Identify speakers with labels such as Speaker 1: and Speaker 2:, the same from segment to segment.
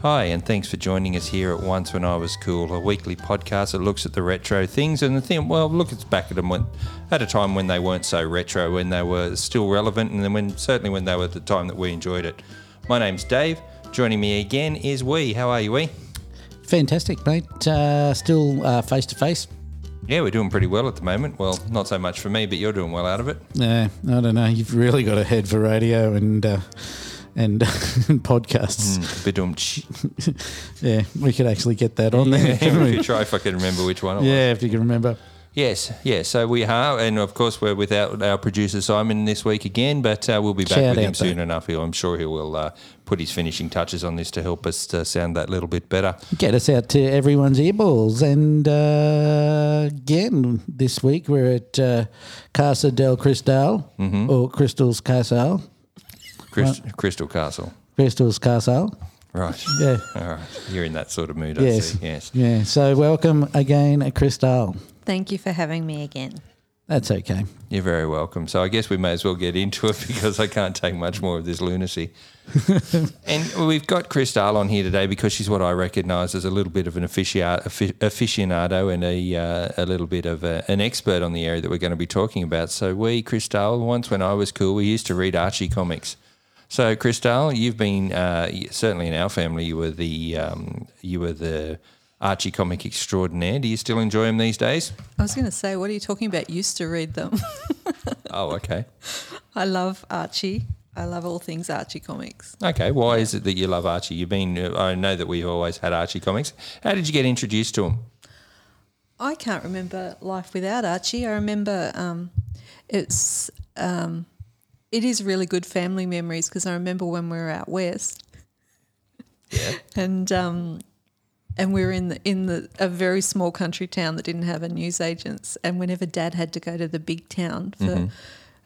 Speaker 1: Hi, and thanks for joining us here at Once When I Was Cool, a weekly podcast that looks at the retro things and the thing. Well, look, it's back at them when, at a time when they weren't so retro, when they were still relevant, and then when certainly when they were at the time that we enjoyed it. My name's Dave. Joining me again is Wee. How are you, Wee?
Speaker 2: Fantastic, mate. Uh, still face to face.
Speaker 1: Yeah, we're doing pretty well at the moment. Well, not so much for me, but you're doing well out of it.
Speaker 2: Yeah, I don't know. You've really got a head for radio and uh, and
Speaker 1: Mm.
Speaker 2: podcasts.
Speaker 1: Badum-tsh.
Speaker 2: Yeah, we could actually get that on there. couldn't
Speaker 1: If
Speaker 2: we?
Speaker 1: you try if I can remember which one it was.
Speaker 2: yeah, if you can remember.
Speaker 1: Yes, yes. So we are, and of course we're without our producer Simon this week again, but uh, we'll be back
Speaker 2: Shout
Speaker 1: with him
Speaker 2: out,
Speaker 1: soon
Speaker 2: though.
Speaker 1: enough. He'll, I'm sure he will uh, put his finishing touches on this to help us to sound that little bit better.
Speaker 2: Get us out to everyone's earballs. And uh, again, this week we're at uh, Casa del Cristal or Crystal's Castle.
Speaker 1: Crystal, Crystal Castle,
Speaker 2: Crystal's Castle.
Speaker 1: right?
Speaker 2: Yeah.
Speaker 1: All right, you're in that sort of mood. I
Speaker 2: Yes.
Speaker 1: see. Yes.
Speaker 2: Yeah. So welcome again, Cristal.
Speaker 3: Thank you for having me again.
Speaker 2: That's okay.
Speaker 1: You're very welcome. So I guess we may as well get into it because I can't take much more of this lunacy. and we've got Chris Dahl on here today because she's what I recognise as a little bit of an officia- affi- aficionado and a, uh, a little bit of a, an expert on the area that we're going to be talking about. So we, Chris Dahl, once when I was cool, we used to read Archie comics. So Chris Dahl, you've been uh, y- certainly in our family. You were the um, you were the Archie comic extraordinaire. Do you still enjoy them these days?
Speaker 3: I was going to say, what are you talking about? Used to read them.
Speaker 1: Oh, okay,
Speaker 3: I love Archie. I love all things Archie comics.
Speaker 1: Okay, why is it that you love Archie? You've been, uh, I know that we've always had Archie comics. How did you get introduced to him?
Speaker 3: I can't remember life without Archie. I remember um, it's um, it is really good family memories because I remember when we were out west, and um, and we were in the, in the a very small country town that didn't have a newsagents. And whenever Dad had to go to the big town for.
Speaker 2: Mm-hmm.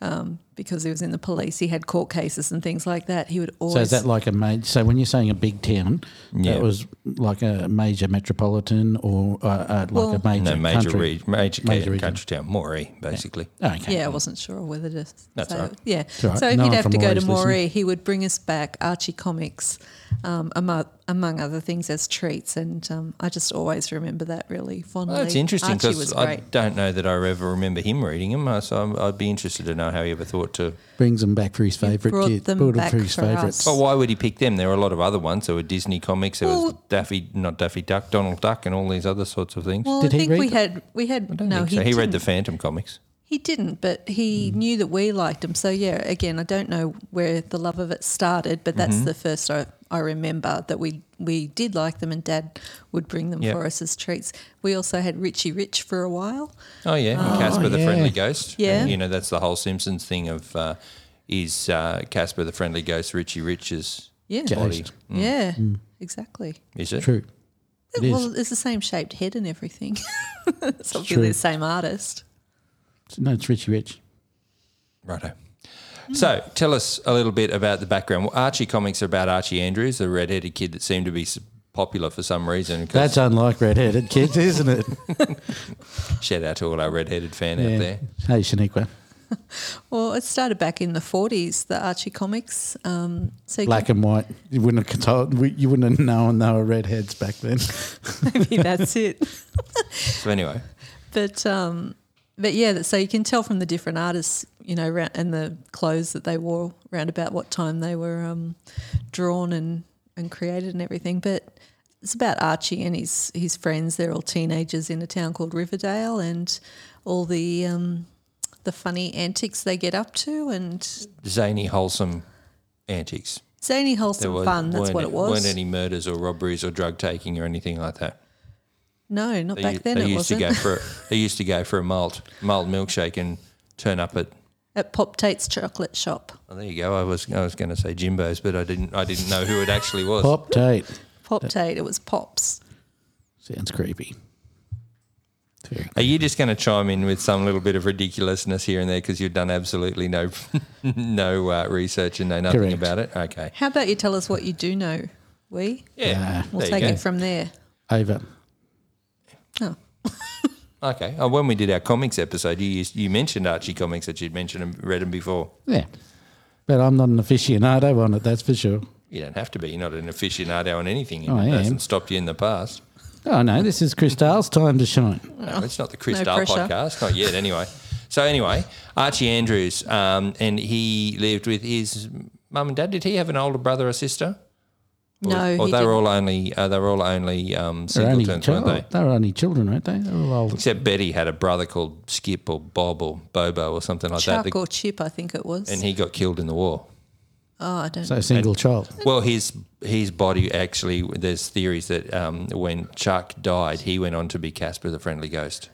Speaker 3: Um, because he was in the police, he had court cases and things like that. He would always
Speaker 2: So is that like a major? So when you're saying a big town,
Speaker 1: Yeah.
Speaker 2: that was like a major metropolitan or uh, uh, like
Speaker 3: Well-
Speaker 2: a major
Speaker 1: No, major,
Speaker 2: country.
Speaker 1: re- major,
Speaker 2: Major
Speaker 1: ca-
Speaker 2: region.
Speaker 1: country town, Moree, basically.
Speaker 2: Okay.
Speaker 3: Yeah, I wasn't sure whether to.
Speaker 1: That's
Speaker 3: say
Speaker 1: all right.
Speaker 3: it. Yeah.
Speaker 2: all right.
Speaker 3: So if
Speaker 2: No
Speaker 3: he'd
Speaker 2: one
Speaker 3: have
Speaker 2: from
Speaker 3: to go to
Speaker 2: Moray's listening.
Speaker 3: Moree, he would bring us back Archie comics, um, among, among other things, as treats. And um, I just always remember that really fondly.
Speaker 1: Well, that's interesting
Speaker 3: Archie was
Speaker 1: because I
Speaker 3: great.
Speaker 1: don't know that I ever remember him reading them, uh, so I'm, I'd be interested to know how he ever thought to.
Speaker 2: Brings them back for his favourite
Speaker 3: brought
Speaker 2: kid.
Speaker 3: them back for us.
Speaker 1: Well, why would he pick them? There were a lot of other ones. There were Disney comics. There was
Speaker 3: Well-
Speaker 1: Daffy, not Daffy Duck, Donald Duck, and all these other sorts of things.
Speaker 3: well,
Speaker 2: Did
Speaker 3: I
Speaker 2: he
Speaker 3: think
Speaker 2: read
Speaker 3: we
Speaker 2: them?
Speaker 3: had we had
Speaker 1: I
Speaker 3: no.
Speaker 1: think
Speaker 3: he
Speaker 1: so. he read the Mm.
Speaker 3: didn't.
Speaker 1: Phantom comics.
Speaker 3: He didn't, but he knew that we liked him. So yeah, again, I don't know where the love of it started, but that's
Speaker 1: Mm-hmm.
Speaker 3: the first I, I remember that we we did like them, and Dad would bring them
Speaker 1: Yep.
Speaker 3: for us as treats. We also had Richie Rich for a while.
Speaker 1: Oh yeah, and Casper the
Speaker 2: yeah.
Speaker 1: Friendly Ghost.
Speaker 3: Yeah.
Speaker 1: And, you know that's the whole Simpsons thing of uh, is uh, Casper the Friendly Ghost Richie Rich's
Speaker 3: Yeah.
Speaker 1: body?
Speaker 2: Ghost.
Speaker 3: Yeah, exactly.
Speaker 1: Is it?
Speaker 2: True. Mm. It is.
Speaker 3: well, it's the same shaped head and everything. it's
Speaker 2: true.
Speaker 3: obviously the same artist.
Speaker 2: No, it's Richie Rich.
Speaker 1: Righto. So tell us a little bit about the background. Well, Archie comics are about Archie Andrews, the redheaded kid that seemed to be s- popular for some reason. 'cause
Speaker 2: That's unlike redheaded kids, isn't it?
Speaker 1: shout out to all our redheaded fan out
Speaker 2: yeah.
Speaker 1: there.
Speaker 2: Hey, Shaniqua.
Speaker 3: Well, it started back in the 40s, the Archie comics. Um, so you
Speaker 2: Black and white. You wouldn't have told, we- you wouldn't have known they were redheads back then.
Speaker 3: can- maybe that's it.
Speaker 1: So anyway,
Speaker 3: But um, but yeah, so you can tell from the different artists, you know, ra- and the clothes that they wore round about what time they were um, drawn and, and created and everything. But it's about Archie and his his friends. They're all teenagers in a town called Riverdale, and all the um, the funny antics they get up to and
Speaker 1: zany, wholesome antics.
Speaker 3: zany, wholesome
Speaker 1: was-
Speaker 3: fun. That's
Speaker 1: weren't-
Speaker 3: what it was.
Speaker 1: Weren't any murders or robberies or drug taking or anything like that.
Speaker 3: no, not
Speaker 1: They
Speaker 3: back
Speaker 1: u-
Speaker 3: then.
Speaker 1: they
Speaker 3: It
Speaker 1: used
Speaker 3: wasn't
Speaker 1: to go for they used to go for a malt malt milkshake and turn up at.
Speaker 3: at Pop Tate's chocolate shop.
Speaker 1: Oh, there you go. I was I was going to say Jimbo's, but I didn't I didn't know who it actually was.
Speaker 2: Pop date.
Speaker 3: Pop Tate. It was Pops.
Speaker 2: Sounds creepy. Very
Speaker 1: Are you just going to chime in with some little bit of ridiculousness here and there because you've done absolutely no no uh, research and know nothing
Speaker 2: Correct. Uh,
Speaker 1: about it? Okay.
Speaker 3: How about you tell us what you do know? We
Speaker 1: Yeah.
Speaker 2: Yeah.
Speaker 3: we'll
Speaker 1: there you
Speaker 3: take
Speaker 1: go.
Speaker 3: it from there.
Speaker 2: over.
Speaker 3: Oh,
Speaker 1: Okay. Oh, when we did our comics episode, you used, you mentioned Archie comics that you'd mentioned and read them before.
Speaker 2: Yeah. But I'm not an aficionado on it, that's for sure.
Speaker 1: You don't have to be. You're not an aficionado on anything.
Speaker 2: I
Speaker 1: it
Speaker 2: am.
Speaker 1: hasn't stopped you in the past.
Speaker 2: Oh no, this is Cristal's time to shine.
Speaker 1: No, it's not the Chris
Speaker 3: No
Speaker 1: Dahl
Speaker 3: pressure.
Speaker 1: podcast. Not yet, anyway. So anyway, Archie Andrews, um, and he lived with his mum and dad. Did he have an older brother or sister? Or,
Speaker 3: No,
Speaker 1: or
Speaker 3: he
Speaker 1: they were
Speaker 3: didn't.
Speaker 1: all only uh, they were all only um,
Speaker 2: They're only
Speaker 1: singletons,
Speaker 2: chil-
Speaker 1: weren't they?
Speaker 2: They're only children, aren't they? They're all old.
Speaker 1: Except Betty had a brother called Skip or Bob or Bobo or something like
Speaker 3: Chuck
Speaker 1: that,
Speaker 3: or Chip, I think it was.
Speaker 1: and he got killed in the war.
Speaker 3: oh, I don't.
Speaker 2: So single child.
Speaker 1: Well, his his body actually. There's theories that um, when Chuck died, he went on to be Casper the Friendly Ghost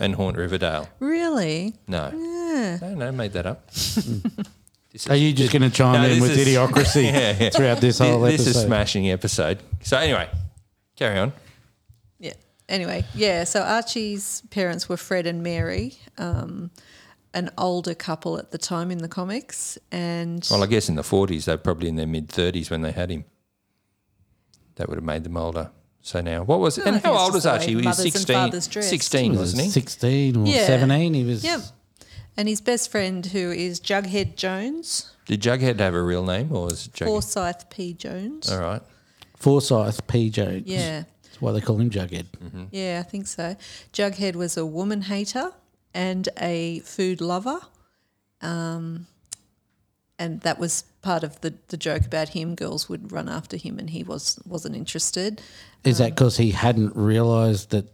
Speaker 1: and haunt Riverdale.
Speaker 3: really?
Speaker 1: No, no, no, made that up. This
Speaker 2: Are
Speaker 1: is-
Speaker 2: you just going to chime
Speaker 1: No,
Speaker 2: in
Speaker 1: this
Speaker 2: with
Speaker 1: is-
Speaker 2: idiocracy throughout this
Speaker 1: Thi-
Speaker 2: whole
Speaker 1: this
Speaker 2: episode?
Speaker 1: is smashing episode. So anyway, carry on.
Speaker 3: Yeah. Anyway, yeah. So Archie's parents were Fred and Mary, um, an older couple at the time in the comics, and
Speaker 1: Well, I guess in the forties, they're probably in their mid thirties when they had him. That would have made them older. So now, what was?
Speaker 3: I
Speaker 1: and
Speaker 3: think
Speaker 1: how
Speaker 3: it's
Speaker 1: old
Speaker 3: just
Speaker 1: was
Speaker 3: the way
Speaker 1: Archie? He was
Speaker 3: mothers and
Speaker 1: 16,
Speaker 3: fathers dressed.
Speaker 1: 16
Speaker 2: was
Speaker 1: wasn't he?
Speaker 2: sixteen or
Speaker 3: Yeah.
Speaker 2: seventeen? He was.
Speaker 3: Yep. And his best friend, who is Jughead Jones,
Speaker 1: Did Jughead have a real name, or was it Jughead?
Speaker 3: Forsyth P. Jones.
Speaker 1: All right.
Speaker 2: Forsyth P. Jones.
Speaker 3: Yeah,
Speaker 2: That's why they call him Jughead.
Speaker 1: Mm-hmm.
Speaker 3: yeah, I think so. Jughead was a woman hater and a food lover. Um, and that was part of the, the joke about him. Girls would run after him, and he was wasn't interested.
Speaker 2: Is that because he hadn't realised that,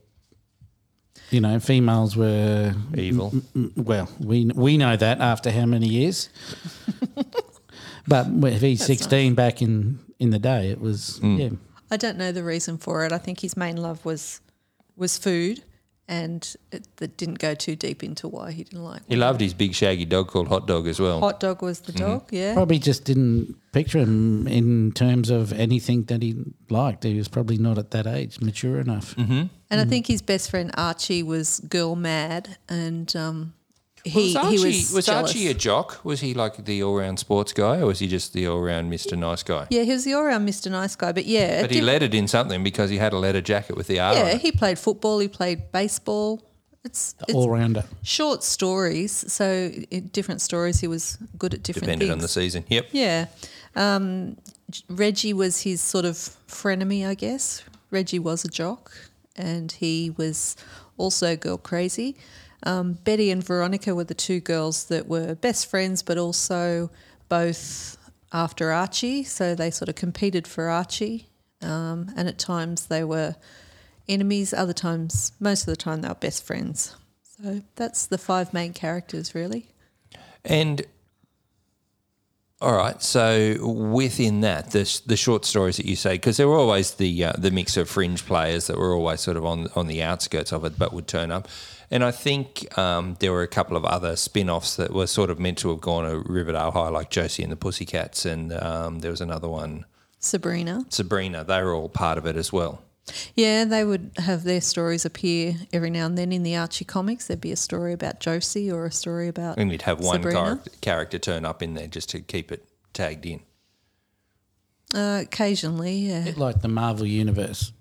Speaker 2: you know, females were
Speaker 1: Evil.
Speaker 2: Mm, Well, we we know that after how many years. but if he's sixteen back in in the day, it was yeah.
Speaker 3: I don't know the reason for it. I think his main love was was food, and it, that didn't go too deep into why he didn't like.
Speaker 1: He loved Mm. his big shaggy dog called Hot Dog as well.
Speaker 3: Hot dog was the dog. Yeah,
Speaker 2: Probably just didn't picture him in terms of anything that he liked. He was probably not at that age mature enough.
Speaker 3: And I think his best friend Archie was girl mad, and um, he
Speaker 1: was
Speaker 3: he
Speaker 1: Archie,
Speaker 3: was, jealous.
Speaker 1: Archie a jock? Was he like the all-round sports guy, or was he just the all-round Mister Nice Guy?
Speaker 3: yeah, he was the all-round Mr. Nice Guy, but yeah,
Speaker 1: But
Speaker 3: it
Speaker 1: he
Speaker 3: did-
Speaker 1: lettered in something because he had a leather jacket with the R. on
Speaker 3: yeah,
Speaker 1: it.
Speaker 3: he played football, he played baseball. It's, it's
Speaker 2: All rounder.
Speaker 3: short stories, so in different stories. He was good at different
Speaker 1: depended
Speaker 3: things.
Speaker 1: on the season. Yep.
Speaker 3: yeah, um, Reggie was his sort of frenemy, I guess. Reggie was a jock, and he was also girl crazy. Um, Betty and Veronica were the two girls that were best friends, but also both after Archie. So they sort of competed for Archie, um, and at times they were enemies. Other times, most of the time, they were best friends. So that's the five main characters, really.
Speaker 1: And all right, so within that, the s- the short stories that you say, because there were always the uh, the mix of fringe players that were always sort of on on the outskirts of it, but would turn up. And I think um, there were a couple of other spin-offs that were sort of meant to have gone to Riverdale High, like Josie and the Pussycats, and um, there was another one,
Speaker 3: Sabrina.
Speaker 1: Sabrina. They were all part of it as well.
Speaker 3: Yeah, they would have their stories appear every now and then in the Archie comics. There'd be a story about Josie or a story about.
Speaker 1: And you'd have one
Speaker 3: Sabrina?
Speaker 1: char- character turn up in there just to keep it tagged in.
Speaker 3: Uh, occasionally, yeah.
Speaker 2: Bit like the Marvel universe,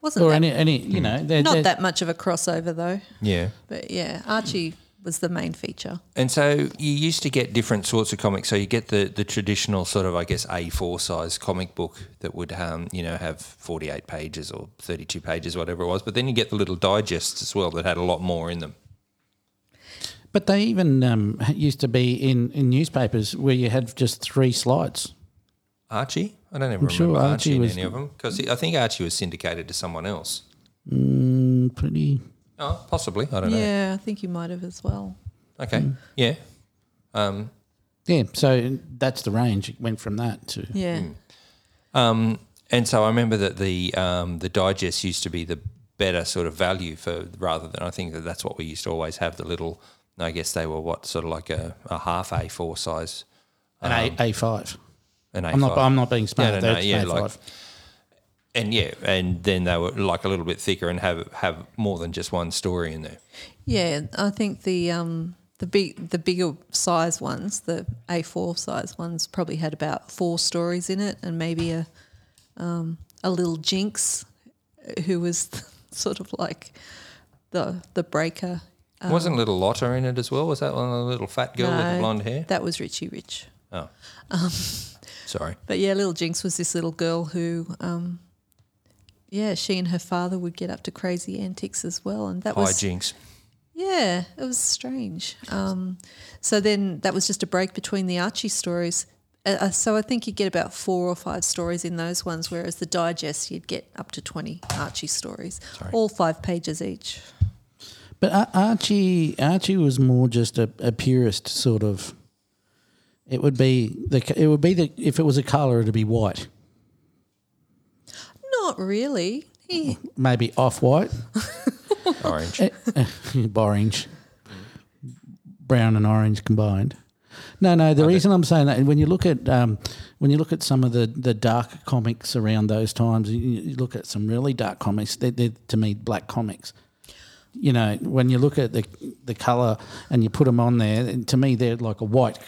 Speaker 3: Wasn't
Speaker 2: or
Speaker 3: that,
Speaker 2: any any you know they're,
Speaker 3: not
Speaker 2: they're-
Speaker 3: that much of a crossover, though.
Speaker 1: Yeah.
Speaker 3: But yeah, Archie was the main feature.
Speaker 1: And so you used to get different sorts of comics. So you get the, the traditional sort of, I guess, A4 size comic book that would, um, you know, have 48 pages or 32 pages, whatever it was. But then you get the little digests as well that had a lot more in them.
Speaker 2: But they even um, used to be in, in newspapers where you had just three slides.
Speaker 1: Archie? I don't even remember
Speaker 2: sure
Speaker 1: Archie,
Speaker 2: Archie
Speaker 1: in
Speaker 2: was-
Speaker 1: any of them because I think Archie was syndicated to someone else.
Speaker 2: Mm, pretty.
Speaker 1: Oh, possibly. I don't know.
Speaker 3: Yeah, I think you might have as well.
Speaker 1: Okay.
Speaker 2: Mm.
Speaker 1: Yeah.
Speaker 2: Yeah, so that's the range. It went from that to
Speaker 3: Yeah.
Speaker 1: Hmm. And so I remember that the um, the digest used to be the better sort of value for rather than I think that that's what we used to always have the little. I guess they were what sort of like a, a half A four size.
Speaker 2: an A five.
Speaker 1: An A5.
Speaker 2: I'm not. I'm not being
Speaker 1: No,
Speaker 2: smart.
Speaker 1: no, no,
Speaker 2: that's
Speaker 1: yeah,
Speaker 2: A5.
Speaker 1: like- and yeah, and then they were like a little bit thicker and have have more than just one story in there.
Speaker 3: Yeah, I think the um, the big the bigger size ones, the A4 size ones, probably had about four stories in it, and maybe a um, a little Jinx, uh, who was sort of like the the breaker. Oh.
Speaker 1: Wasn't little Lotta in it as well? Was that one of the little fat girl with the
Speaker 3: No,
Speaker 1: blonde hair?
Speaker 3: That was Richie Rich.
Speaker 1: Oh. Sorry.
Speaker 3: But yeah, Little Jinx was this little girl who, um, yeah, she and her father would get up to crazy antics as well, and that
Speaker 1: High
Speaker 3: was
Speaker 1: jinx.
Speaker 3: yeah, it was strange. Um, so then that was just a break between the Archie stories. Uh, uh, so I think you get about four or five stories in those ones, whereas the digest you'd get up to twenty Archie stories, all five pages each.
Speaker 2: But Ar- Archie, Archie was more just a, a purist sort of. It would be the c- it would be the if it was a color, it'd be white,
Speaker 3: Not really. He,
Speaker 2: maybe off white,
Speaker 1: Orange.
Speaker 2: orange, brown and orange combined. No, no. The reason I'm saying that when you look at um, when you look at some of the, the dark comics around those times, you, you look at some really dark comics. They're, they're to me black comics. You know, when you look at the the color and you put them on there, and to me they're like a white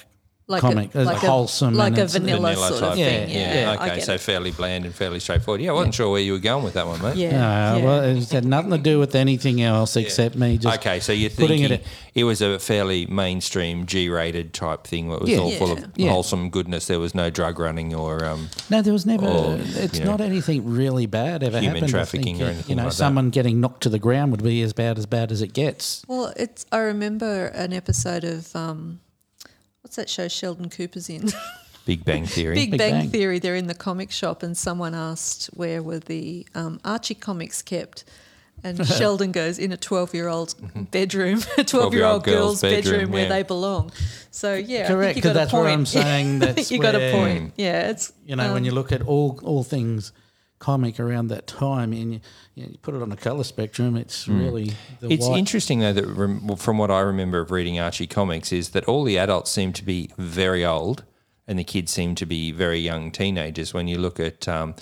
Speaker 3: like
Speaker 2: comic,
Speaker 3: a,
Speaker 2: it's
Speaker 3: like
Speaker 2: wholesome
Speaker 3: a, like
Speaker 2: and
Speaker 3: a
Speaker 2: it's-
Speaker 3: vanilla,
Speaker 1: Vanilla
Speaker 3: sort
Speaker 1: type
Speaker 3: of thing.
Speaker 1: thing.
Speaker 3: Yeah, I
Speaker 1: okay,
Speaker 3: get
Speaker 1: so
Speaker 3: it.
Speaker 1: fairly bland and fairly straightforward. Yeah, I wasn't sure where you were going with that one, mate.
Speaker 3: yeah,
Speaker 2: No,
Speaker 3: yeah.
Speaker 2: uh, well, it's had nothing to do with anything else except me just
Speaker 1: okay, so you're
Speaker 2: putting
Speaker 1: thinking
Speaker 2: it
Speaker 1: it, was a fairly mainstream G-rated type thing. It was
Speaker 2: Yeah.
Speaker 1: all full of
Speaker 3: Yeah.
Speaker 2: Yeah.
Speaker 1: wholesome goodness. There was no drug running or um,
Speaker 2: No, there was never.
Speaker 1: Or,
Speaker 2: it's
Speaker 1: you know,
Speaker 2: not anything really bad ever
Speaker 1: human
Speaker 2: happened. I
Speaker 1: trafficking
Speaker 2: think,
Speaker 1: or
Speaker 2: uh, You
Speaker 1: anything
Speaker 2: know,
Speaker 1: like that.
Speaker 2: someone getting knocked to the ground would be as bad as bad as it gets.
Speaker 3: Well, it's. I remember an episode of um, what's that show Sheldon Cooper's in?
Speaker 1: Big Bang Theory.
Speaker 3: Big,
Speaker 2: Big
Speaker 3: Bang,
Speaker 2: Bang.
Speaker 3: Theory. They're in the comic shop, and someone asked where were the um, Archie comics kept. And Sheldon goes in a twelve-year-old
Speaker 2: Mm-hmm.
Speaker 3: bedroom, a twelve-year-old girl's bedroom, where
Speaker 1: yeah.
Speaker 3: they belong. So yeah, I
Speaker 2: Correct,
Speaker 3: think you
Speaker 2: 'cause
Speaker 3: got
Speaker 2: that's
Speaker 3: a
Speaker 2: what
Speaker 3: point.
Speaker 2: I'm saying,
Speaker 3: I think
Speaker 2: that's
Speaker 3: you got a
Speaker 2: where-
Speaker 3: point. Yeah, it's
Speaker 2: You know, when you look at all all things comic around that time, and you, you, know, you put it on a color spectrum, it's really the
Speaker 1: Hmm. It's
Speaker 2: white.
Speaker 1: interesting though that rem- well, from what I remember of reading Archie comics is that all the adults seem to be very old, and the kids seem to be very young teenagers. When you look at um,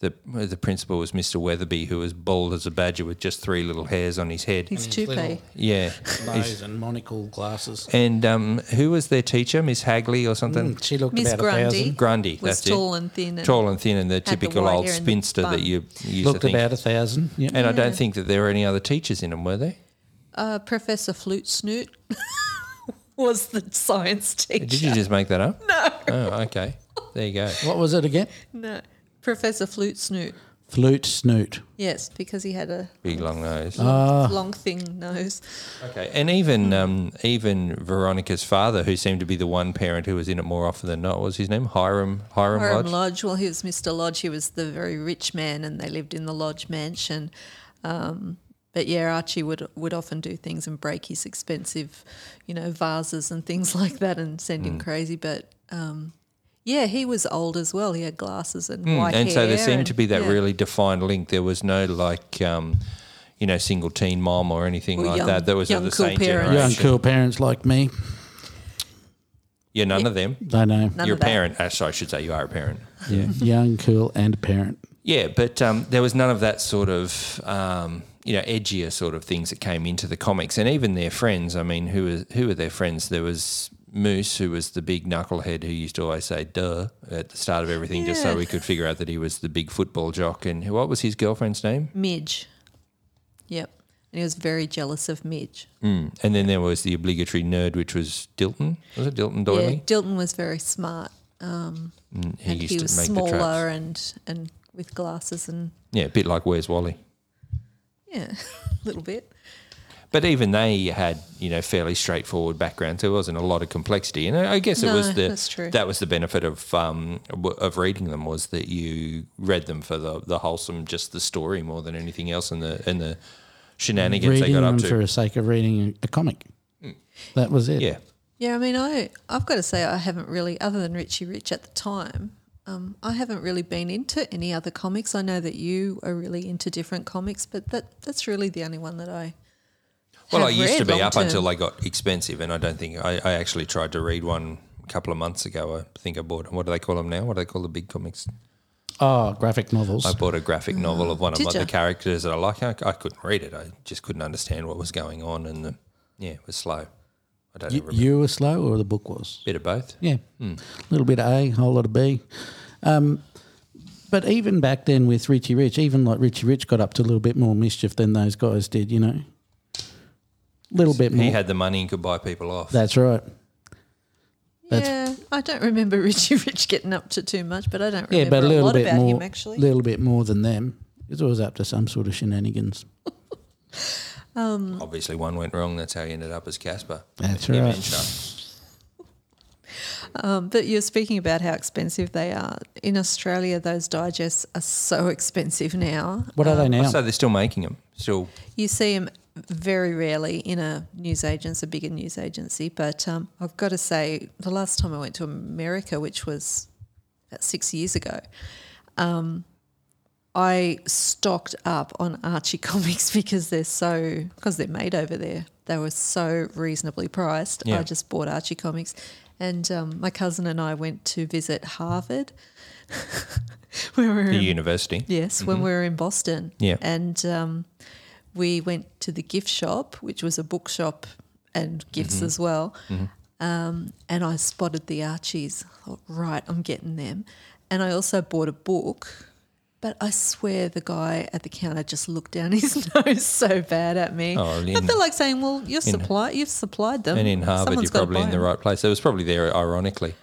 Speaker 1: the the principal was Mister Weatherby, who was bald as a badger with just three little hairs on his head.
Speaker 3: his
Speaker 2: his little-
Speaker 3: toupee.
Speaker 1: yeah,
Speaker 2: nose and monocle glasses.
Speaker 1: and um, who was their teacher, Miss Hagley or something?
Speaker 2: She looked
Speaker 3: Miss
Speaker 2: about a
Speaker 3: Grundy.
Speaker 2: thousand.
Speaker 1: Grundy
Speaker 3: Was
Speaker 1: that's it.
Speaker 3: tall and thin and-
Speaker 1: tall and thin, and the
Speaker 3: the
Speaker 1: typical
Speaker 3: white
Speaker 1: old
Speaker 3: hair and the
Speaker 1: spinster that
Speaker 3: bun.
Speaker 1: you used
Speaker 2: Looked
Speaker 1: to think.
Speaker 2: about a thousand. Yeah.
Speaker 1: and I don't think that there were any other teachers in them, were there?
Speaker 3: Uh, Professor Flute Snoot was the science teacher.
Speaker 1: Did you just make that up? No. Oh, okay. There you go.
Speaker 2: what was it again?
Speaker 3: No, Professor Flute Snoot.
Speaker 2: Flute snoot.
Speaker 3: Yes, because he had a
Speaker 1: Big long nose.
Speaker 2: Uh, Ah.
Speaker 3: long, long thin nose.
Speaker 1: Okay, and even um, even Veronica's father, who seemed to be the one parent who was in it more often than not, what was his name Hiram Hiram,
Speaker 3: Hiram
Speaker 1: Lodge.
Speaker 3: Lodge. Well, he was Mr. Lodge. He was the very rich man, and they lived in the Lodge mansion. Um, but yeah, Archie would would often do things and break his expensive, you know, vases and things like that, and send
Speaker 1: Hmm.
Speaker 3: him crazy. But um, yeah, he was old as well. He had glasses and white
Speaker 1: Hmm, and
Speaker 3: hair.
Speaker 1: so there seemed
Speaker 3: and-
Speaker 1: to be that
Speaker 3: yeah.
Speaker 1: really defined link. There was no like um, you know single teen mom or anything
Speaker 3: Well,
Speaker 1: like
Speaker 3: young-
Speaker 1: that. That was of
Speaker 3: young
Speaker 1: the
Speaker 3: cool
Speaker 1: same
Speaker 3: parents.
Speaker 1: generation.
Speaker 2: Young cool parents like me,
Speaker 1: Yeah, none of them.
Speaker 2: they know.
Speaker 3: None
Speaker 1: You're a
Speaker 3: of that.
Speaker 1: parent. Uh, sorry, I should say you are a parent.
Speaker 2: Yeah, young, cool, and parent.
Speaker 1: Yeah, but um, there was none of that sort of um, you know edgier sort of things that came into the comics, and even their friends. I mean, who was who were their friends? There was Moose, who was the big knucklehead who used to always say "duh" at the start of everything, just so
Speaker 3: Yeah.
Speaker 1: we could figure out that he was the big football jock. And who- what was his girlfriend's name?
Speaker 3: Midge. Yep, and he was very jealous of Midge.
Speaker 1: Mm. And then there was the obligatory nerd, which was Dilton. Was it Dilton Doily?
Speaker 3: Yeah, Dilton was very smart.
Speaker 1: And
Speaker 3: and he was smaller and and with glasses and
Speaker 1: Yeah, a bit like Where's Wally.
Speaker 3: yeah, a little bit.
Speaker 1: But even they had, you know, fairly straightforward backgrounds. There wasn't a lot of complexity, and I I guess it
Speaker 3: No,
Speaker 1: was the
Speaker 3: that's true.
Speaker 1: that was the benefit of um, w- of reading them was that you read them for the the wholesome, just the story more than anything else, and the and the shenanigans they
Speaker 2: reading
Speaker 1: got up
Speaker 2: them
Speaker 1: to.
Speaker 2: for the sake of reading a comic. That was it.
Speaker 1: yeah,
Speaker 3: Yeah, I mean, I I've got to say I haven't really, other than Richie Rich at the time, um, I haven't really been into any other comics. I know that you are really into different comics, but that that's really the only one that I.
Speaker 1: well, I
Speaker 3: have
Speaker 1: used to
Speaker 3: read
Speaker 1: be
Speaker 3: long
Speaker 1: up
Speaker 3: term.
Speaker 1: until they got expensive, and I don't think I, I actually tried to read one a couple of months ago. I think I bought what do they call them now? What do they call the big comics?
Speaker 2: Oh, graphic novels.
Speaker 1: I bought a graphic novel of one of
Speaker 3: Did
Speaker 1: my, the
Speaker 3: ya?
Speaker 1: characters that I like. I, I couldn't read it. I just couldn't understand what was going on, and the, yeah, it was slow. I don't
Speaker 2: you,
Speaker 1: remember. Hmm.
Speaker 2: you were slow, or the book was.
Speaker 1: bit of both.
Speaker 2: Yeah, a little bit of A, whole lot of B. Um, but even back then with Richie Rich, even like Richie Rich got up to a little bit more mischief than those guys did. You know, little bit more.
Speaker 1: He had the money and could buy people off.
Speaker 2: That's right. That's
Speaker 3: yeah, I don't remember Richie Rich getting up to too much, but I don't remember
Speaker 2: Yeah, but a little
Speaker 3: lot
Speaker 2: bit
Speaker 3: about
Speaker 2: more.
Speaker 3: him actually.
Speaker 2: little bit more than them. It's always up to some sort of shenanigans.
Speaker 1: Obviously, one went wrong. That's how he ended up as Casper.
Speaker 2: That's
Speaker 1: Him
Speaker 2: right.
Speaker 1: and Chuck.
Speaker 3: Um, but you're speaking about how expensive they are. In Australia, those digests are so expensive now.
Speaker 2: What are they now?
Speaker 1: So they're still making them. Still,
Speaker 3: You see them very rarely in a newsagent's, a bigger newsagency. But um, I've got to say, the last time I went to America, which was about six years ago, um, I stocked up on Archie comics because they're so because they're made over there. They were so reasonably priced.
Speaker 1: Yeah.
Speaker 3: I just bought Archie comics, and um, my cousin and I went to visit Harvard. we were
Speaker 1: the
Speaker 3: in
Speaker 1: university.
Speaker 3: Yes, when we were in Boston.
Speaker 1: Mm-hmm. Yeah.
Speaker 3: And um, we went to the gift shop, which was a bookshop and gifts
Speaker 1: Mm-hmm.
Speaker 3: as well. Um, and I spotted the Archies. I thought, right, I'm getting them. And I also bought a book. But I swear the guy at the counter just looked down his nose so bad at me.
Speaker 1: Oh,
Speaker 3: I
Speaker 1: in-
Speaker 3: feel like saying, well, you're supply, you've supplied them.
Speaker 1: And in Harvard,
Speaker 3: Someone's
Speaker 1: you're
Speaker 3: gotta
Speaker 1: probably
Speaker 3: buy
Speaker 1: in the
Speaker 3: them."
Speaker 1: right place. It was probably there, ironically.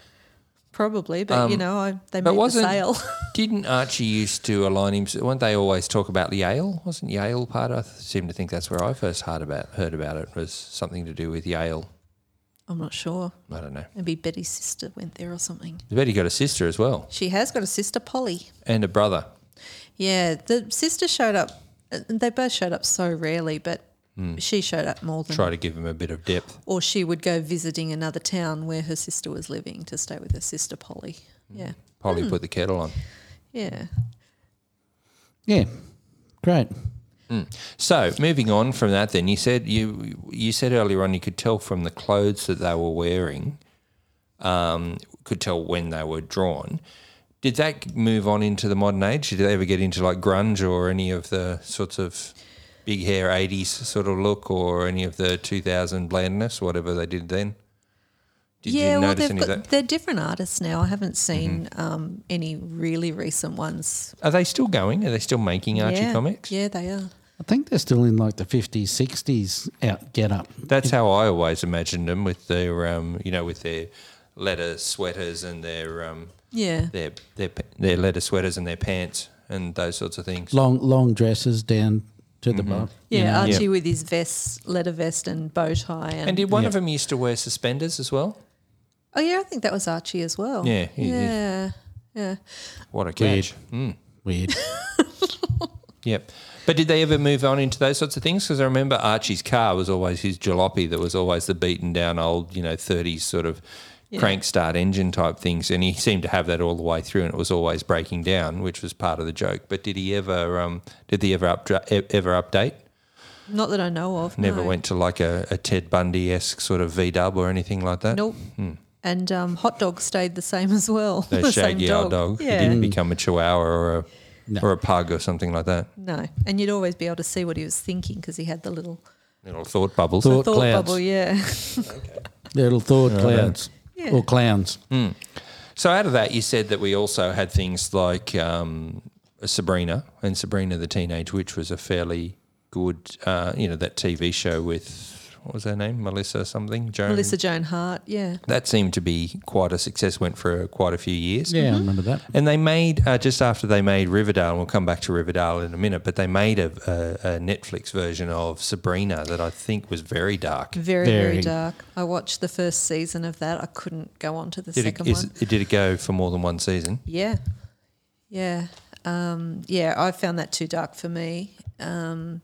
Speaker 3: Probably, but you know, I, they
Speaker 1: Um, But
Speaker 3: made the
Speaker 1: wasn't
Speaker 3: sale.
Speaker 1: didn't Archie used to align himself? Weren't they always talk about Yale? Wasn't Yale part? I th- seem to think that's where I first heard about heard about it was something to do with Yale.
Speaker 3: I'm not sure.
Speaker 1: I don't know.
Speaker 3: Maybe Betty's sister went there or something.
Speaker 1: Betty got a sister as well
Speaker 3: She has got a sister, Polly.
Speaker 1: and a brother.
Speaker 3: Yeah, the sister showed up. uh, They both showed up so rarely, but
Speaker 1: Hmm.
Speaker 3: she showed up more than.
Speaker 1: Try to give him a bit of depth.
Speaker 3: Or she would go visiting another town where her sister was living to stay with her sister, Polly.
Speaker 1: Hmm.
Speaker 3: Yeah,
Speaker 1: Polly
Speaker 3: Hmm.
Speaker 1: put the kettle on.
Speaker 3: yeah.
Speaker 2: Yeah, great.
Speaker 1: So moving on from that, then you said you you said earlier on you could tell from the clothes that they were wearing, um, could tell when they were drawn. Did that move on into the modern age? Did they ever get into like grunge or any of the sorts of big hair '80s sort of look or any of the 2000 blandness, whatever they did then? Did
Speaker 3: yeah,
Speaker 1: you
Speaker 3: well,
Speaker 1: notice
Speaker 3: they've
Speaker 1: any
Speaker 3: got,
Speaker 1: of that? Mm-hmm.
Speaker 3: they're different artists now. I haven't seen um, any really recent ones.
Speaker 1: Are they still going? Are they still making Archie
Speaker 3: yeah.
Speaker 1: comics?
Speaker 3: Yeah, they are.
Speaker 2: I think they're still in like the 50s, 60s out get up.
Speaker 1: That's how I always imagined them with their, um, you know, with their leather sweaters and their um,
Speaker 3: Yeah.
Speaker 1: their their pa- their leather sweaters and their pants and those sorts of things.
Speaker 2: Long long dresses down to the bum.
Speaker 3: Yeah,
Speaker 2: you know.
Speaker 3: Archie with his vest, leather vest, and bow tie, and,
Speaker 1: And did one of them used to wear suspenders as well?
Speaker 3: oh yeah, I think that was Archie as well.
Speaker 1: Yeah, he did.
Speaker 3: yeah, yeah.
Speaker 1: What a catch! Mm.
Speaker 2: Weird.
Speaker 1: Yep. But did they ever move on into those sorts of things? Because I remember Archie's car was always his jalopy that was always the beaten down old, you know, 30s sort of crank start engine type things. And he seemed to have that all the way through and it was always breaking down, which was part of the joke. But did he ever, um, did he ever, updra- e- ever update?
Speaker 3: Not that I know of.
Speaker 1: Never
Speaker 3: no.
Speaker 1: went to like a, a Ted Bundy esque sort of V dub or anything like that?
Speaker 3: Nope.
Speaker 1: hmm.
Speaker 3: And um, hot dog stayed the same as well.
Speaker 1: That
Speaker 3: the
Speaker 1: shaggy
Speaker 3: same dog.
Speaker 1: old dog. He
Speaker 3: Yeah.
Speaker 1: didn't become a chihuahua or a, or a pug or something like that.
Speaker 3: No. And you'd always be able to see what he was thinking because he had the little
Speaker 1: Little thought bubbles.
Speaker 2: Thought
Speaker 3: thought
Speaker 2: clouds.
Speaker 3: bubble. Yeah.
Speaker 2: They're little thawed clouds.
Speaker 3: Yeah.
Speaker 2: Or clowns.
Speaker 1: So out of that, you said that we also had things like um, Sabrina and Sabrina the Teenage Witch was a fairly good, uh, you know, that TV show with what was her name, Melissa something, Joan.
Speaker 3: Melissa Joan Hart. Yeah.
Speaker 1: That seemed to be quite a success. Went for quite a few years.
Speaker 3: Mm-hmm.
Speaker 2: Yeah, I remember that.
Speaker 1: And they made uh, just after they made Riverdale, and we'll come back to Riverdale in a minute. But they made a, a, a Netflix version of Sabrina that I think was very dark.
Speaker 3: Very, very,
Speaker 2: Very.
Speaker 3: dark. I watched the first season of that. I couldn't go on to the
Speaker 1: Did it,
Speaker 3: second
Speaker 1: is,
Speaker 3: one.
Speaker 1: it did it go for more than one season?
Speaker 3: Yeah. Yeah. Um, yeah. I found that too dark for me. Um,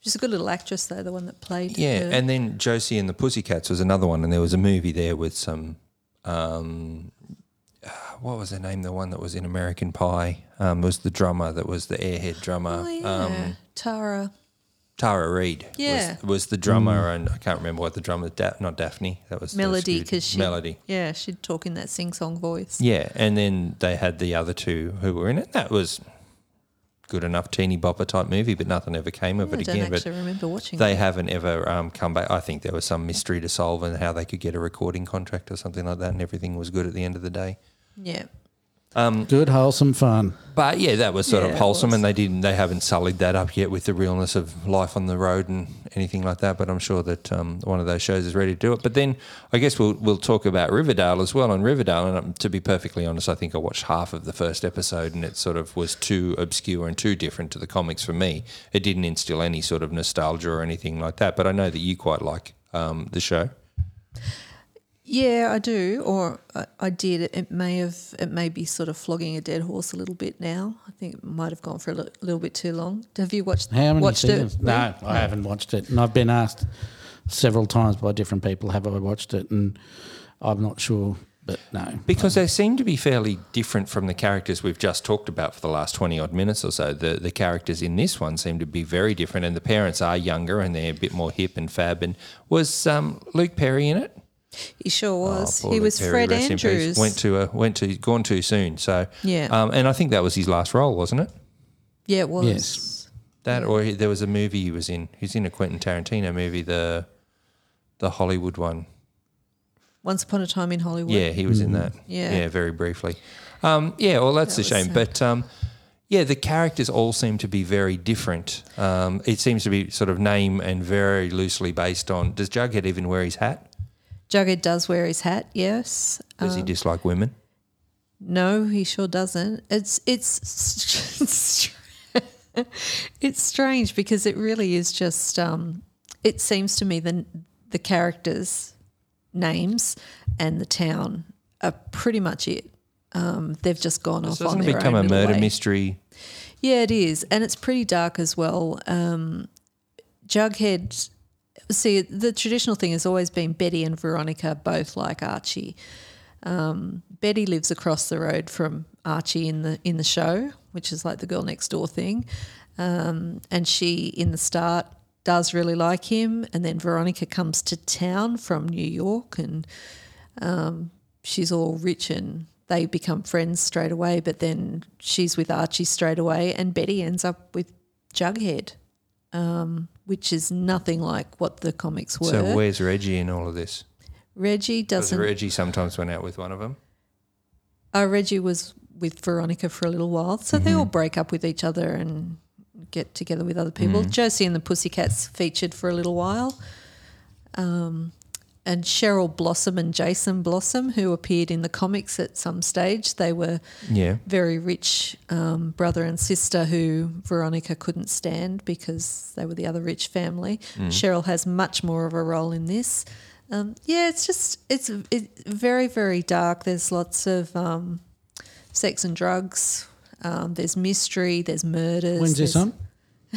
Speaker 3: she's a good little actress, though, the one that played.
Speaker 1: Yeah,
Speaker 3: her.
Speaker 1: and then Josie and the Pussycats was another one, and there was a movie there with some, um, uh, what was her name? The one that was in American Pie um, was the drummer that was the airhead drummer.
Speaker 3: Oh, yeah.
Speaker 1: um,
Speaker 3: Tara.
Speaker 1: Tara Reid
Speaker 3: Yeah.
Speaker 1: was, was the drummer, and I can't remember what the drummer, da- not Daphne, that was the
Speaker 3: Melody,
Speaker 1: Scrooge-
Speaker 3: because she.
Speaker 1: Melody.
Speaker 3: Yeah, she'd talk in that sing song voice.
Speaker 1: Yeah, and then they had the other two who were in it. That was good enough teeny bopper type movie, but nothing ever came of
Speaker 3: I
Speaker 1: it
Speaker 3: don't
Speaker 1: again. But
Speaker 3: actually remember watching
Speaker 1: They haven't ever um, come back. I think there was some mystery to solve and how they could get a recording contract or something like that, and everything was good at the end of the day.
Speaker 3: Yeah.
Speaker 2: Good, wholesome fun.
Speaker 1: But yeah, that was sort
Speaker 3: Yeah,
Speaker 1: of
Speaker 3: it
Speaker 1: wholesome,
Speaker 3: was.
Speaker 1: and they didn't, they haven't sullied that up yet with the realness of life on the road and anything like that. But I'm sure that um, one of those shows is ready to do it. But then I guess we'll we'll talk about Riverdale as well. And Riverdale, and um, to be perfectly honest, I think I watched half of the first episode, and it sort of was too obscure and too different to the comics for me. It didn't instill any sort of nostalgia or anything like that. But I know that you quite like um, the show.
Speaker 3: Yeah, I do, or I, I did. It, it may have, it may be sort of flogging a dead horse a little bit now. I think it might have gone for a li- little bit too long. Have you watched?
Speaker 2: How many
Speaker 3: watched
Speaker 2: seasons?
Speaker 3: it?
Speaker 2: No, I haven't watched it, and I've been asked several times by different people, "Have I watched it?" And I'm not sure, but no.
Speaker 1: Because they seem to be fairly different from the characters we've just talked about for the last 20 odd minutes or so. The, the characters in this one seem to be very different, and the parents are younger and they're a bit more hip and fab. And was um, Luke Perry in it?
Speaker 3: He sure
Speaker 1: Oh,
Speaker 3: was.
Speaker 1: poor
Speaker 3: he
Speaker 1: Luke
Speaker 3: was
Speaker 1: Perry,
Speaker 3: Fred
Speaker 1: rest in peace.
Speaker 3: Andrews.
Speaker 1: Went to, uh, went to, gone too soon. So,
Speaker 3: Yeah.
Speaker 1: Um, and I think that was his last role, wasn't it?
Speaker 3: yeah, it was.
Speaker 2: Yes.
Speaker 1: That, or he, there was a movie he was in. He's in a Quentin Tarantino movie, the, the Hollywood one.
Speaker 3: Once upon a time in Hollywood.
Speaker 1: Yeah, he was in that.
Speaker 3: Mm. Yeah.
Speaker 1: yeah, very briefly. Um, yeah, well, that's
Speaker 3: That
Speaker 1: a
Speaker 3: was
Speaker 1: shame.
Speaker 3: sad.
Speaker 1: But um, yeah, the characters all seem to be very different. Um, it seems to be sort of name and very loosely based on. Does Jughead even wear his hat?
Speaker 3: Jughead does wear his hat. Yes.
Speaker 1: Does he dislike women?
Speaker 3: No, he sure doesn't. It's it's s- it's strange because it really is just. Um, it seems to me the the characters' names and the town are pretty much it. Um, they've just gone
Speaker 1: This
Speaker 3: off on
Speaker 1: doesn't
Speaker 3: their
Speaker 1: become
Speaker 3: own
Speaker 1: a
Speaker 3: little
Speaker 1: murder
Speaker 3: way.
Speaker 1: mystery.
Speaker 3: Yeah, it is, and it's pretty dark as well. Um, Jughead. See, the traditional thing has always been Betty and Veronica both like Archie. Betty lives across the road from Archie in the in the show, which is like the girl next door thing. Um, and she in the start does really like him, and then Veronica comes to town from New York, and um, she's all rich and they become friends straight away. But then she's with Archie straight away, and Betty ends up with Jughead, um, which is nothing like what the comics were.
Speaker 1: So where's Reggie in all of this?
Speaker 3: Reggie
Speaker 1: Because
Speaker 3: doesn't
Speaker 1: Reggie sometimes went out with one of them.
Speaker 3: uh, Reggie was with Veronica for a little while, so they all break up with each other and get together with other people. Josie and the Pussycats featured for a little while, um, and Cheryl Blossom and Jason Blossom, who appeared in the comics at some stage, they were
Speaker 1: Yeah.
Speaker 3: very rich um, brother and sister who Veronica couldn't stand because they were the other rich family.
Speaker 1: Mm.
Speaker 3: Cheryl has much more of a role in this. Um, yeah, it's just it's it's very very dark. There's lots of um, sex and drugs. Um, there's mystery. There's murders.
Speaker 2: When's this
Speaker 3: there's-
Speaker 2: on?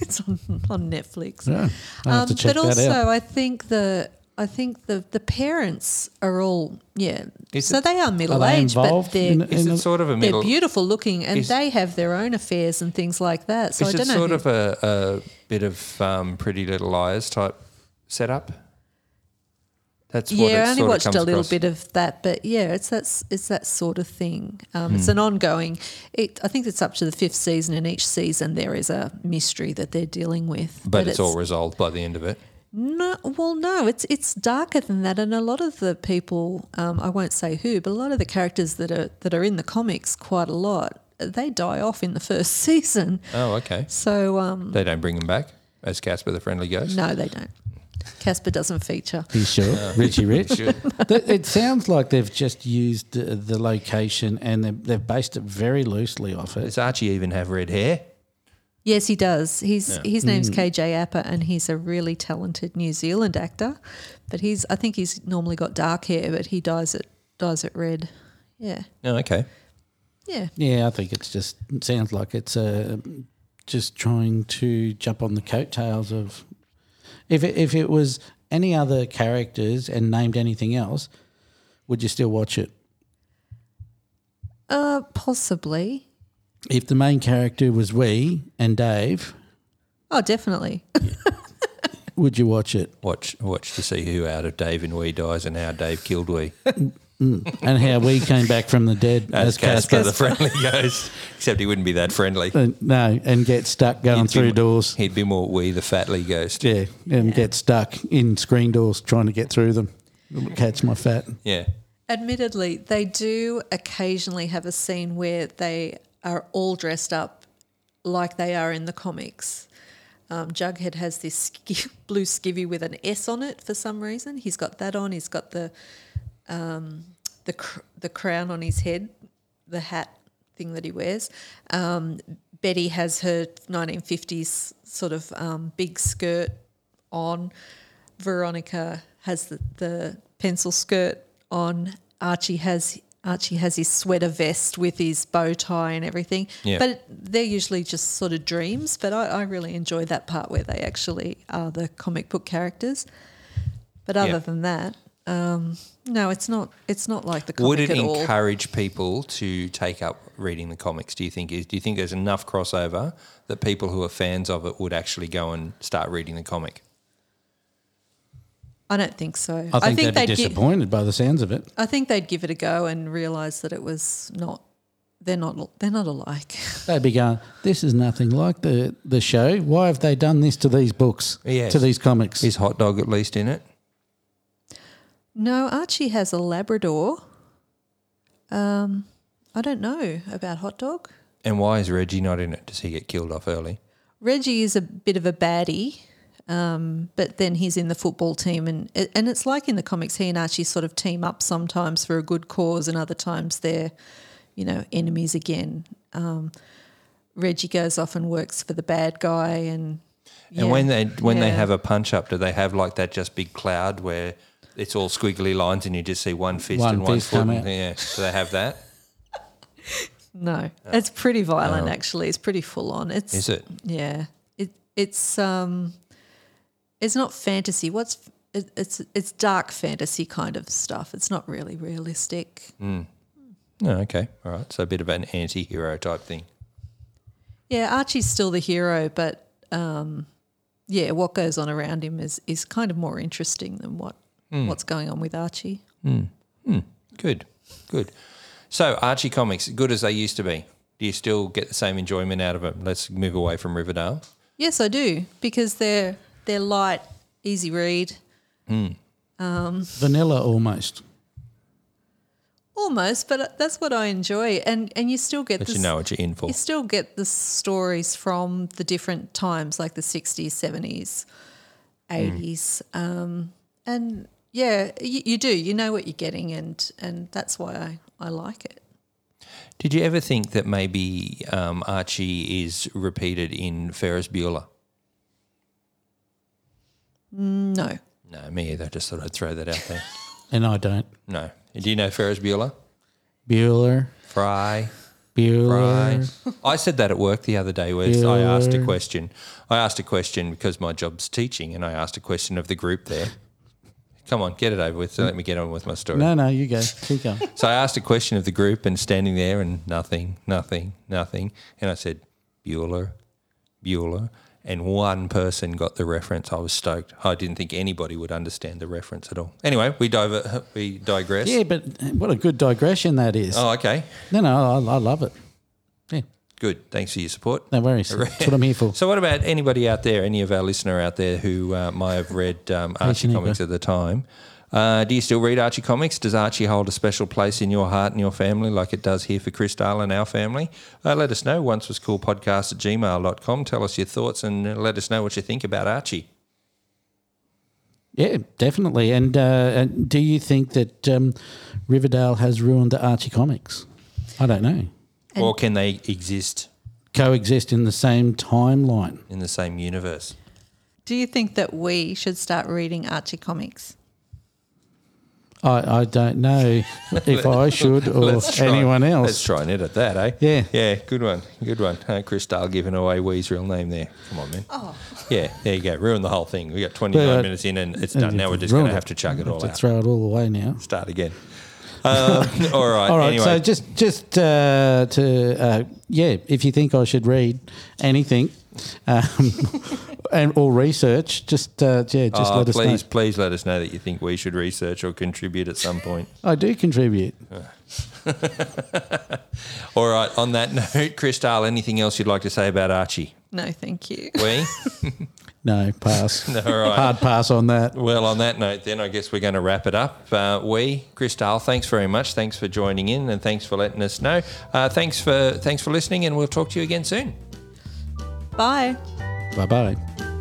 Speaker 3: It's on, on Netflix. Um,
Speaker 2: Yeah, I have to check
Speaker 3: but
Speaker 2: that
Speaker 3: also,
Speaker 2: out.
Speaker 3: I think the I think the the parents are all yeah.
Speaker 1: Is
Speaker 3: so
Speaker 1: it-
Speaker 3: they are
Speaker 2: Are
Speaker 3: middle
Speaker 2: they
Speaker 3: aged, but
Speaker 2: involved?
Speaker 3: they're
Speaker 2: in,
Speaker 1: Is
Speaker 2: in
Speaker 1: it
Speaker 2: a-
Speaker 1: sort of a
Speaker 3: um, they're
Speaker 1: middle?
Speaker 3: beautiful looking and
Speaker 1: Is-
Speaker 3: they have their own affairs and things like that. So I
Speaker 1: is it
Speaker 3: don't know.
Speaker 1: sort
Speaker 3: who-
Speaker 1: of a, a bit of um, Pretty Little Liars type setup? That's what
Speaker 3: yeah,
Speaker 1: it
Speaker 3: I only
Speaker 1: sort of
Speaker 3: watched
Speaker 1: comes
Speaker 3: a little
Speaker 1: across.
Speaker 3: bit of that, but yeah, it's that s- it's that sort of thing. Um, It's an
Speaker 1: Hmm.
Speaker 3: ongoing. It, I think it's up to the fifth season, and each season there is a mystery that they're dealing with.
Speaker 1: but, it's, all resolved by the end of it.
Speaker 3: No, well, no, it's it's darker than that, and a lot of the people, um, I won't say who, but a lot of the characters that are that are in the comics quite a lot, they die off in the first season.
Speaker 1: Oh, okay.
Speaker 3: So um,
Speaker 1: They don't bring him back as Casper the Friendly Ghost.
Speaker 3: No, they don't. Casper doesn't feature.
Speaker 2: You sure, Richie Rich.
Speaker 1: Should-
Speaker 2: Th- it sounds like they've just used the, the location and they've, they've based it very loosely off it.
Speaker 1: Does Archie even have red hair?
Speaker 3: Yes, he does. He's his name's KJ Apper, and he's a really talented New Zealand actor. But he's I think he's normally got dark hair, but he dyes it dyes it red. Yeah,
Speaker 1: No, Oh, okay.
Speaker 3: yeah.
Speaker 2: Yeah, I think it's just it sounds like it's uh, just trying to jump on the coattails of. If it, if it was any other characters and named anything else, would you still watch it?
Speaker 3: Uh, possibly.
Speaker 2: If the main character was we and Dave,
Speaker 3: Oh, definitely.
Speaker 2: would you watch it?
Speaker 1: Watch, watch to see who out of Dave and Wee dies and how Dave killed Wee
Speaker 2: And how we came back from the dead as Casper.
Speaker 1: the Friendly Ghost. Except he wouldn't be that friendly.
Speaker 2: Uh, no, and get stuck going
Speaker 1: He'd be
Speaker 2: through
Speaker 1: more-
Speaker 2: doors.
Speaker 1: He'd be more Wee the Fatly Ghost.
Speaker 2: Yeah, and get stuck in screen doors trying to get through them. Catch my fat.
Speaker 1: Yeah.
Speaker 3: Admittedly, they do occasionally have a scene where they are all dressed up like they are in the comics. Um, Jughead has this sk- blue skivvy with an S on it for some reason. He's got that on. He's got the um, the cr- the crown on his head, the hat thing that he wears. Um, Betty has her 1950s sort of um, big skirt on. Veronica has the, the pencil skirt on. Archie has Archie has his sweater vest with his bow tie and everything.
Speaker 1: Yeah.
Speaker 3: But they're usually just sort of dreams. But I, I really enjoy that part where they actually are the comic book characters. But other
Speaker 1: Yeah.
Speaker 3: than that, um, no, it's not. It's not like the comic
Speaker 1: Would it
Speaker 3: at all.
Speaker 1: encourage people to take up reading the comics? Do you think is do you think there's enough crossover that people who are fans of it would actually go and start reading the comic?
Speaker 3: I don't think so.
Speaker 2: I think, they'd, be
Speaker 3: gi-
Speaker 2: disappointed by the sounds of it.
Speaker 3: I think they'd give it a go and realise that it was not. They're not. They're not alike.
Speaker 2: They'd be going, "This is nothing like the the show. Why have they done this to these books?
Speaker 1: Yes.
Speaker 2: To these comics?
Speaker 1: Is hot dog at least in it?
Speaker 3: No, Archie has a Labrador. Um, I don't know about hot dog.
Speaker 1: And why is Reggie not in it? Does he get killed off early?
Speaker 3: Reggie is a bit of a baddie, um, but then he's in the football team, and and it's like in the comics, he and Archie sort of team up sometimes for a good cause, and other times they're, you know, enemies again. Um, Reggie goes off and works for the bad guy, and
Speaker 1: And when they when they
Speaker 3: Yeah.
Speaker 1: have a punch up, do they have like that just big cloud where it's all squiggly lines and you just see one fist
Speaker 2: One
Speaker 1: and one
Speaker 2: fist
Speaker 1: foot?
Speaker 2: come
Speaker 1: and-
Speaker 2: out.
Speaker 1: yeah, do they have that?
Speaker 3: no, it's pretty violent actually. It's pretty full on. It's
Speaker 1: Oh. Is it?
Speaker 3: Yeah, it it's um, it's not fantasy. What's it, it's it's dark fantasy kind of stuff. It's not really realistic.
Speaker 1: No, Oh, okay, all right. So a bit of an anti-hero type thing.
Speaker 3: Yeah, Archie's still the hero, but um, yeah, what goes on around him is is kind of more interesting than what
Speaker 1: Hmm.
Speaker 3: what's going on with Archie.
Speaker 1: Good, good. So Archie comics, good as they used to be. Do you still get the same enjoyment out of them? Let's move away from Riverdale.
Speaker 3: Yes, I do because they're they're light, easy read,
Speaker 2: Vanilla almost.
Speaker 3: almost. But uh, that's what I enjoy, and and you still get
Speaker 1: But
Speaker 3: this.
Speaker 1: you know what you're in for.
Speaker 3: you still get the stories from the different times, like the 60s, 70s,
Speaker 1: Hmm.
Speaker 3: 80s. Um, and yeah, you, you do. You know what you're getting, and, and that's why I, I like it.
Speaker 1: Did you ever think that maybe um, Archie is repeated in Ferris Bueller?
Speaker 3: No.
Speaker 1: No, me either. I just thought I'd throw that out there.
Speaker 2: And I don't.
Speaker 1: No. Do you know Ferris Bueller?
Speaker 2: Bueller.
Speaker 1: Fry.
Speaker 2: Bueller.
Speaker 1: Right. I said that at work the other day where I asked a question. I asked a question because my job's teaching and I asked a question of the group there. Come on, get it over with. So let me get on with my story.
Speaker 2: No, no, you go. Keep going.
Speaker 1: So I asked a question of the group and standing there and nothing, nothing, nothing. And I said, Bueller, Bueller. And one person got the reference. I was stoked. I didn't think anybody would understand the reference at all. Anyway, we diver, we digress.
Speaker 2: yeah, but what a good digression that is.
Speaker 1: Oh, okay.
Speaker 2: No, no, I, I love it. Yeah,
Speaker 1: Good. Thanks for your support.
Speaker 2: no worries. That's what I'm here for.
Speaker 1: So, what about anybody out there, any of our listener out there who uh, might have read um, Archie
Speaker 2: Nigro.
Speaker 1: comics at the time? Uh, do you still read Archie comics? Does Archie hold a special place in your heart and your family like it does here for Chris Dahl and our family? Uh, let us know. Once was cool podcast at gmail.com. Tell us your thoughts and uh, let us know what you think about Archie.
Speaker 2: Yeah, definitely. And, uh, and do you think that um, Riverdale has ruined the Archie comics? I don't know.
Speaker 1: or can they exist
Speaker 2: Coexist in the same timeline.
Speaker 1: in the same universe?
Speaker 3: Do you think that we should start reading Archie comics?
Speaker 2: I, I don't know if I should or anyone else.
Speaker 1: Let's try and edit that, eh?
Speaker 2: Yeah.
Speaker 1: Yeah, good one. Good one. Uh, Chris Dahl giving away Wee's real name there. Come on, man. Oh. Yeah, there you go. Ruin the whole thing. We got 29
Speaker 2: But, uh,
Speaker 1: minutes in and it's
Speaker 2: And
Speaker 1: done. Now
Speaker 2: you've
Speaker 1: we're just going to
Speaker 2: ruined
Speaker 1: have to chug it all
Speaker 2: to
Speaker 1: out.
Speaker 2: Throw it all away now.
Speaker 1: Start again. Um, all right.
Speaker 2: All right.
Speaker 1: anyway.
Speaker 2: So just just uh, to uh, yeah, if you think I should read anything, um, and or research, just uh, yeah, just
Speaker 1: Oh,
Speaker 2: let us
Speaker 1: please,
Speaker 2: know.
Speaker 1: please let us know that you think we should research or contribute at some point.
Speaker 2: I do contribute.
Speaker 1: All right. On that note, Chris Dahl, anything else you'd like to say about Archie?
Speaker 3: No, thank you.
Speaker 1: We?
Speaker 2: No, pass.
Speaker 1: All right.
Speaker 2: Hard pass on that.
Speaker 1: Well, on that note, then I guess we're going to wrap it up. Uh, we, Christelle, thanks very much. Thanks for joining in, and thanks for letting us know. Uh, thanks for thanks for listening, and we'll talk to you again soon.
Speaker 3: Bye.
Speaker 2: Bye bye.